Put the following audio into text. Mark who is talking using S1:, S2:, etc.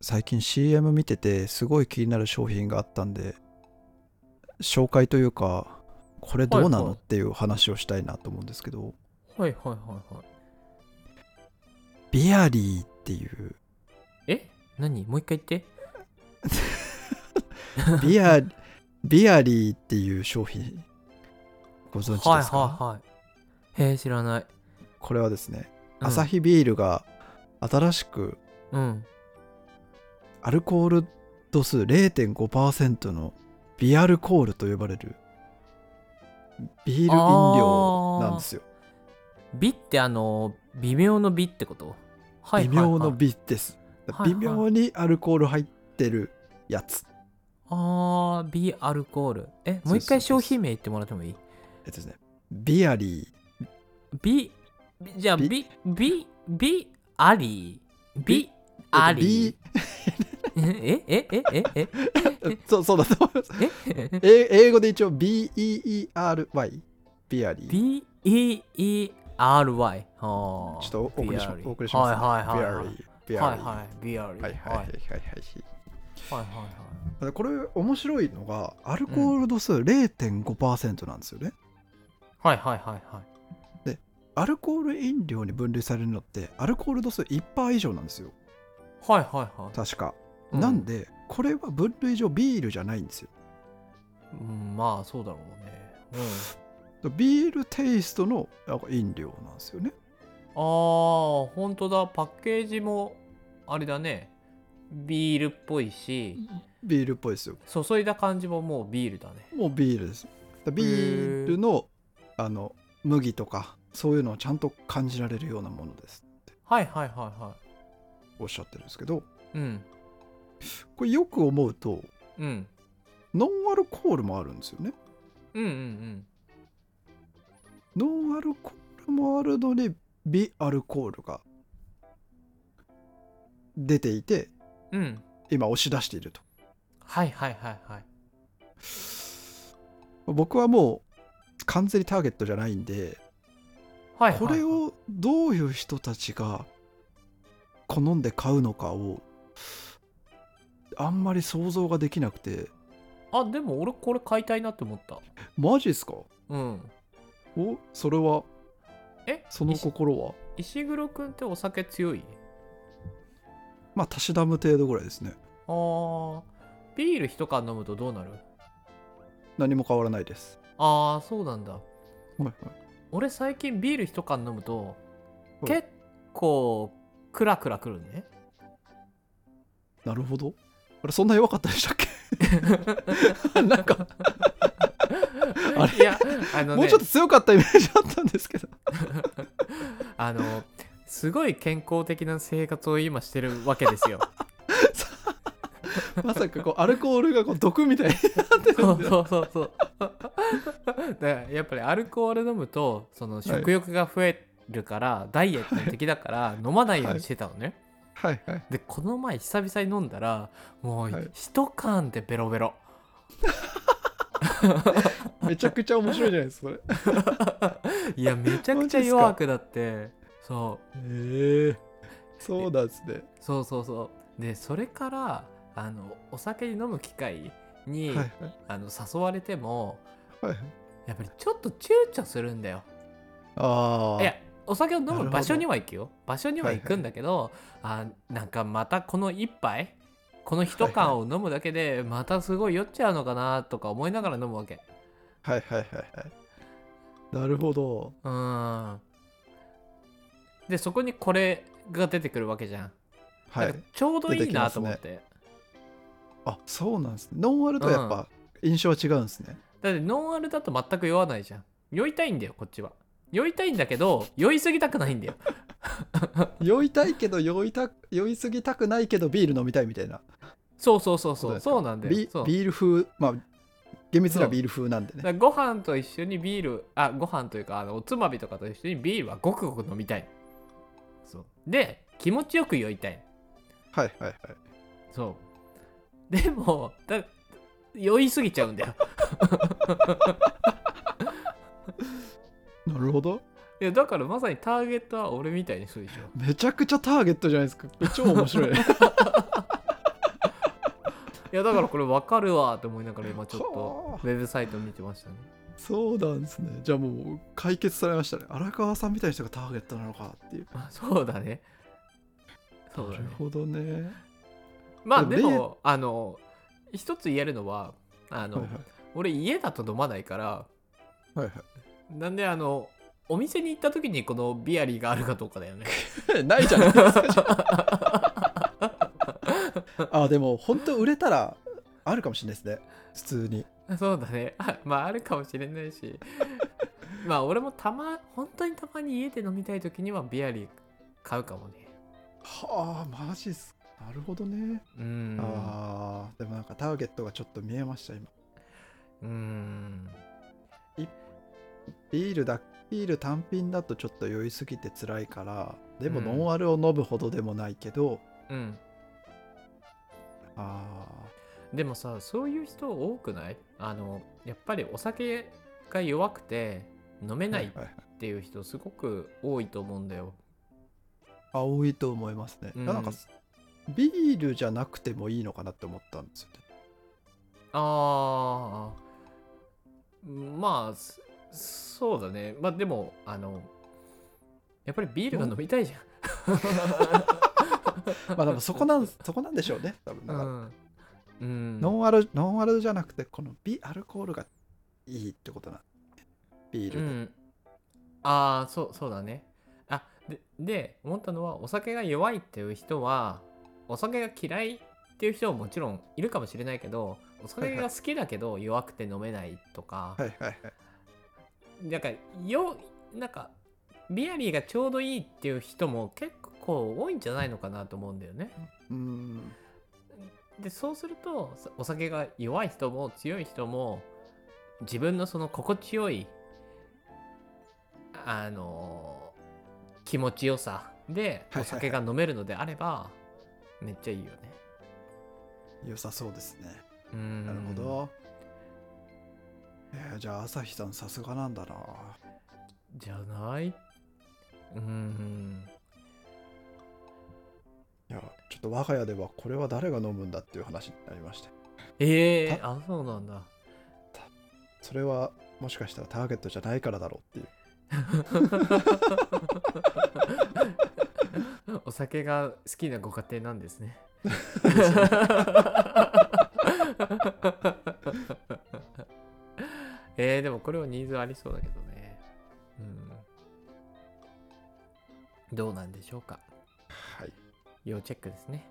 S1: 最近 CM 見ててすごい気になる商品があったんで紹介というかこれどうな
S2: は
S1: の
S2: いはい
S1: っていう話をしたいなと思うんですけど、
S2: はいはいはいはい。
S1: ビアリーっていう
S2: え何もう一回言って。
S1: ビア ビアリーっていう商品ご存知ですか、
S2: はいはいはい。へえ、知らない。
S1: これはですね、
S2: うん
S1: アサヒビールが新しく
S2: うん。
S1: アルコール度数0.5%のビアルコールと呼ばれるビール飲料なんですよ。
S2: 美ってあの、微妙の美ってことはい
S1: 微
S2: はいはい。
S1: 妙の。美です。
S2: はい
S1: 微妙にアルコール入ってるやつ。
S2: あー、美アルコール。え、もう一
S1: そうそ
S2: 回
S1: うそう
S2: 商品名言ってもらってもいい
S1: えっとですね、ビアリー、
S2: 美、美じゃあ
S1: 美
S2: 美、美、美、あり。美、あり。ええええええ
S1: ビー そうそうだと思います。
S2: え
S1: え英語で一応 B-E-E-R-Y、ビアリー。
S2: ?B-E-E-R-Y。ちょ
S1: ちょっとお送りしお送りします、ね。
S2: はいはいはい。
S1: ビアリー、ビア
S2: は
S1: リ
S2: い
S1: ー。
S2: はい、ビアリー。
S1: はいはいはいはいはい。
S2: はいはいはい
S1: ただこれ面白いのがアルコール度数0.5%なんですよね、
S2: はいはいはいはい
S1: アルコール飲料に分類されるのってアルコール度数1%以上なんですよ
S2: はいはいはい
S1: 確か、
S2: うん
S1: なんでこれは分類上ビールじゃないんですよ
S2: うんまあそうだろうねうん
S1: ビールテイストのなんか飲料なんですよね
S2: あー本当だパッケージもあれだねビールっぽいし
S1: ビールっぽいですよ
S2: 注いだ感じももうビールだね
S1: もうビールですだビールのあの麦とかそういうのをちゃんと感じられるようなものです
S2: はいはいはいは
S1: おっしゃってるんですけど
S2: いうん
S1: これよく思うと
S2: うん
S1: ノンアルコールもあるんですよね
S2: うんうんうん
S1: ノンアルコールもあるのに、微アルコールが出ていて、
S2: うん
S1: 今押し出していると。
S2: はいはいはいはい
S1: 僕はもう完全にターゲットじゃないんで、
S2: はいはい
S1: これをどういう人たちが好んで買うのかを、あんまり想像ができなくて、
S2: あでも俺これ買いたいなって思った
S1: マジっすか
S2: うん
S1: おそれは、
S2: え
S1: その
S2: 石
S1: 心は、
S2: 石黒くんってお酒強い
S1: まあ、たしなむ程度ぐらいですね。
S2: あービール一缶飲むとどうなる
S1: 何も変わらないです。
S2: ああそうなんだ
S1: はいはい
S2: 俺最近ビール一缶飲むと
S1: うん
S2: 結構クラクラくるね
S1: なるほど。あれ、そんな弱かったで したっけなんか、あれ
S2: いやあのね
S1: もうちょっと強かったイメージあったんですけど。
S2: あのすごい健康的な生活を今してるわけで すよ
S1: まさかこう、アルコールがこう毒みたいに
S2: そうそうそうそうだからやっぱりアルコール飲むとその食欲が増えるから、ダイエットの敵だから飲まないようにしてたのね、
S1: はいはい。
S2: でこの前久々に飲んだらも
S1: はいう
S2: 一缶でベロベロ、
S1: めちゃくちゃ面白いじゃないですか、それ。
S2: いやめちゃくちゃ
S1: マジっすか
S2: 弱くだってそう
S1: ええそうなんですね。
S2: そうそうそうでそれからあのお酒飲む機会に、
S1: はい
S2: あの誘われても
S1: はい。はい、
S2: やっぱりちょっと躊躇するんだよ
S1: ああ。
S2: いやお酒を飲
S1: なるほ
S2: む
S1: ど
S2: 場所には行くよ場所には行くんだけど、あなんかまたこの一杯この一
S1: はいは
S2: 缶を飲むだけでまたすごい酔っちゃうのかなとか思いながら飲むわけ
S1: はいはいはいはい。なるほど。
S2: うーんでそこにこれが出てくるわけじゃん
S1: は
S2: なん
S1: い
S2: か。ちょうどいいなと思って
S1: あそうなんですね。ノンアルとやっぱ印象は違うんですね。
S2: だってノンアルだと全く酔わないじゃん酔いたいんだよこっちは酔いたいんだけど酔いすぎたくないんだよ
S1: 酔いたいけど酔いた酔いすぎたくないけどビール飲みたいみたいな。
S2: そうそうそう
S1: そうで
S2: そう
S1: すか
S2: そうなんだよ
S1: ビ
S2: そう
S1: ビール風、まあ、厳密にはビール風なんでね。
S2: だからご飯と一緒にビールあご飯というかあのおつまみとかと一緒にビールはごくごく飲みたいそうで気持ちよく酔いたい
S1: はいはいはい。
S2: そうでもだ酔いすぎちゃうんだよ
S1: なるほど。
S2: いやだからまさにターゲットは俺みたいにするでしょ
S1: めちゃくちゃターゲットじゃないですか。超面白い。
S2: いやだからこれ分かるわと思いながら今ちょっ
S1: は
S2: と
S1: あ
S2: ウェブサイト見てましたね
S1: そうなんですねじゃあもう解決されましたね荒川さんみたいな人がターゲットなのかっていう
S2: あそうだねそう
S1: な
S2: だ
S1: る
S2: ね
S1: ほどね
S2: まあ
S1: で
S2: で
S1: も
S2: もあの一つ言えるのはあの、
S1: はい
S2: 俺家だと飲まないから
S1: はいはい
S2: なんであのお店に行った時にこのビアリーがあるかどうか だよね
S1: はいないじゃないですか あでも本当売れたらあるかもしれないですね普通に
S2: そうだねあまああるかもしれないし まあ俺もたま本当にたまに家で飲みたい時にはビアリー買うかもね
S1: はあマジっすなるほどね、
S2: うん
S1: あーでもなんかターゲットがちょっと見えました今
S2: うん
S1: ビールだビール単品だとちょっと酔いすぎて辛いからでも
S2: うん
S1: ノンアルを飲むほどでもないけど、
S2: うん
S1: あ
S2: でもさそういう人多くないあのやっぱりお酒が弱くて飲め
S1: あ
S2: ないっ
S1: はいはい
S2: ていう人すごく多いと思うんだよ
S1: あ多いと思いますね、
S2: うん
S1: なんかビールじゃなくてもいいのかなって思ったんですよね
S2: ああまあそそうだねまあでもあのやっぱりビールが飲みたいじ
S1: まあでもそこなん そこなんでしょうね多分だ
S2: ゃ
S1: から、
S2: ん、うんうん、
S1: ノンアルノンアルじゃなくてこのビアルコールがいいってことなんビー
S2: う
S1: ルで、
S2: ん、ああそうそうだねあでで思ったのはお酒が弱いっていう人はお酒が嫌いっていう人ももちろんいるかもしれないけどお酒が好きだけど弱くて飲めないとか、
S1: はいはいはい
S2: なんかよなんかビアリーがちょうどいいっていう人も結構多いんじゃないのかなと思うんだよね。
S1: うん
S2: でそうするとさお酒が弱い人も強い人も自分のその心地よいあのー気持ちよさで
S1: はいはいはい
S2: お酒が飲めるのであればめっちゃいいよね。
S1: 良さそうですね
S2: うん
S1: なるほど、えーじゃあ朝日さんさすがなんだな
S2: じゃないうん
S1: いやちょっと我が家ではこれは誰が飲むんだっていう話になりまして
S2: ええあそうなんだ。
S1: それはもしかしたらターゲットじゃないからだろうっていう
S2: お酒が好きなご家庭なんですね。 えー、でもこれはニーズありそうだけどね。うん。どうなんでしょうか。
S1: はい
S2: 要チェックですね。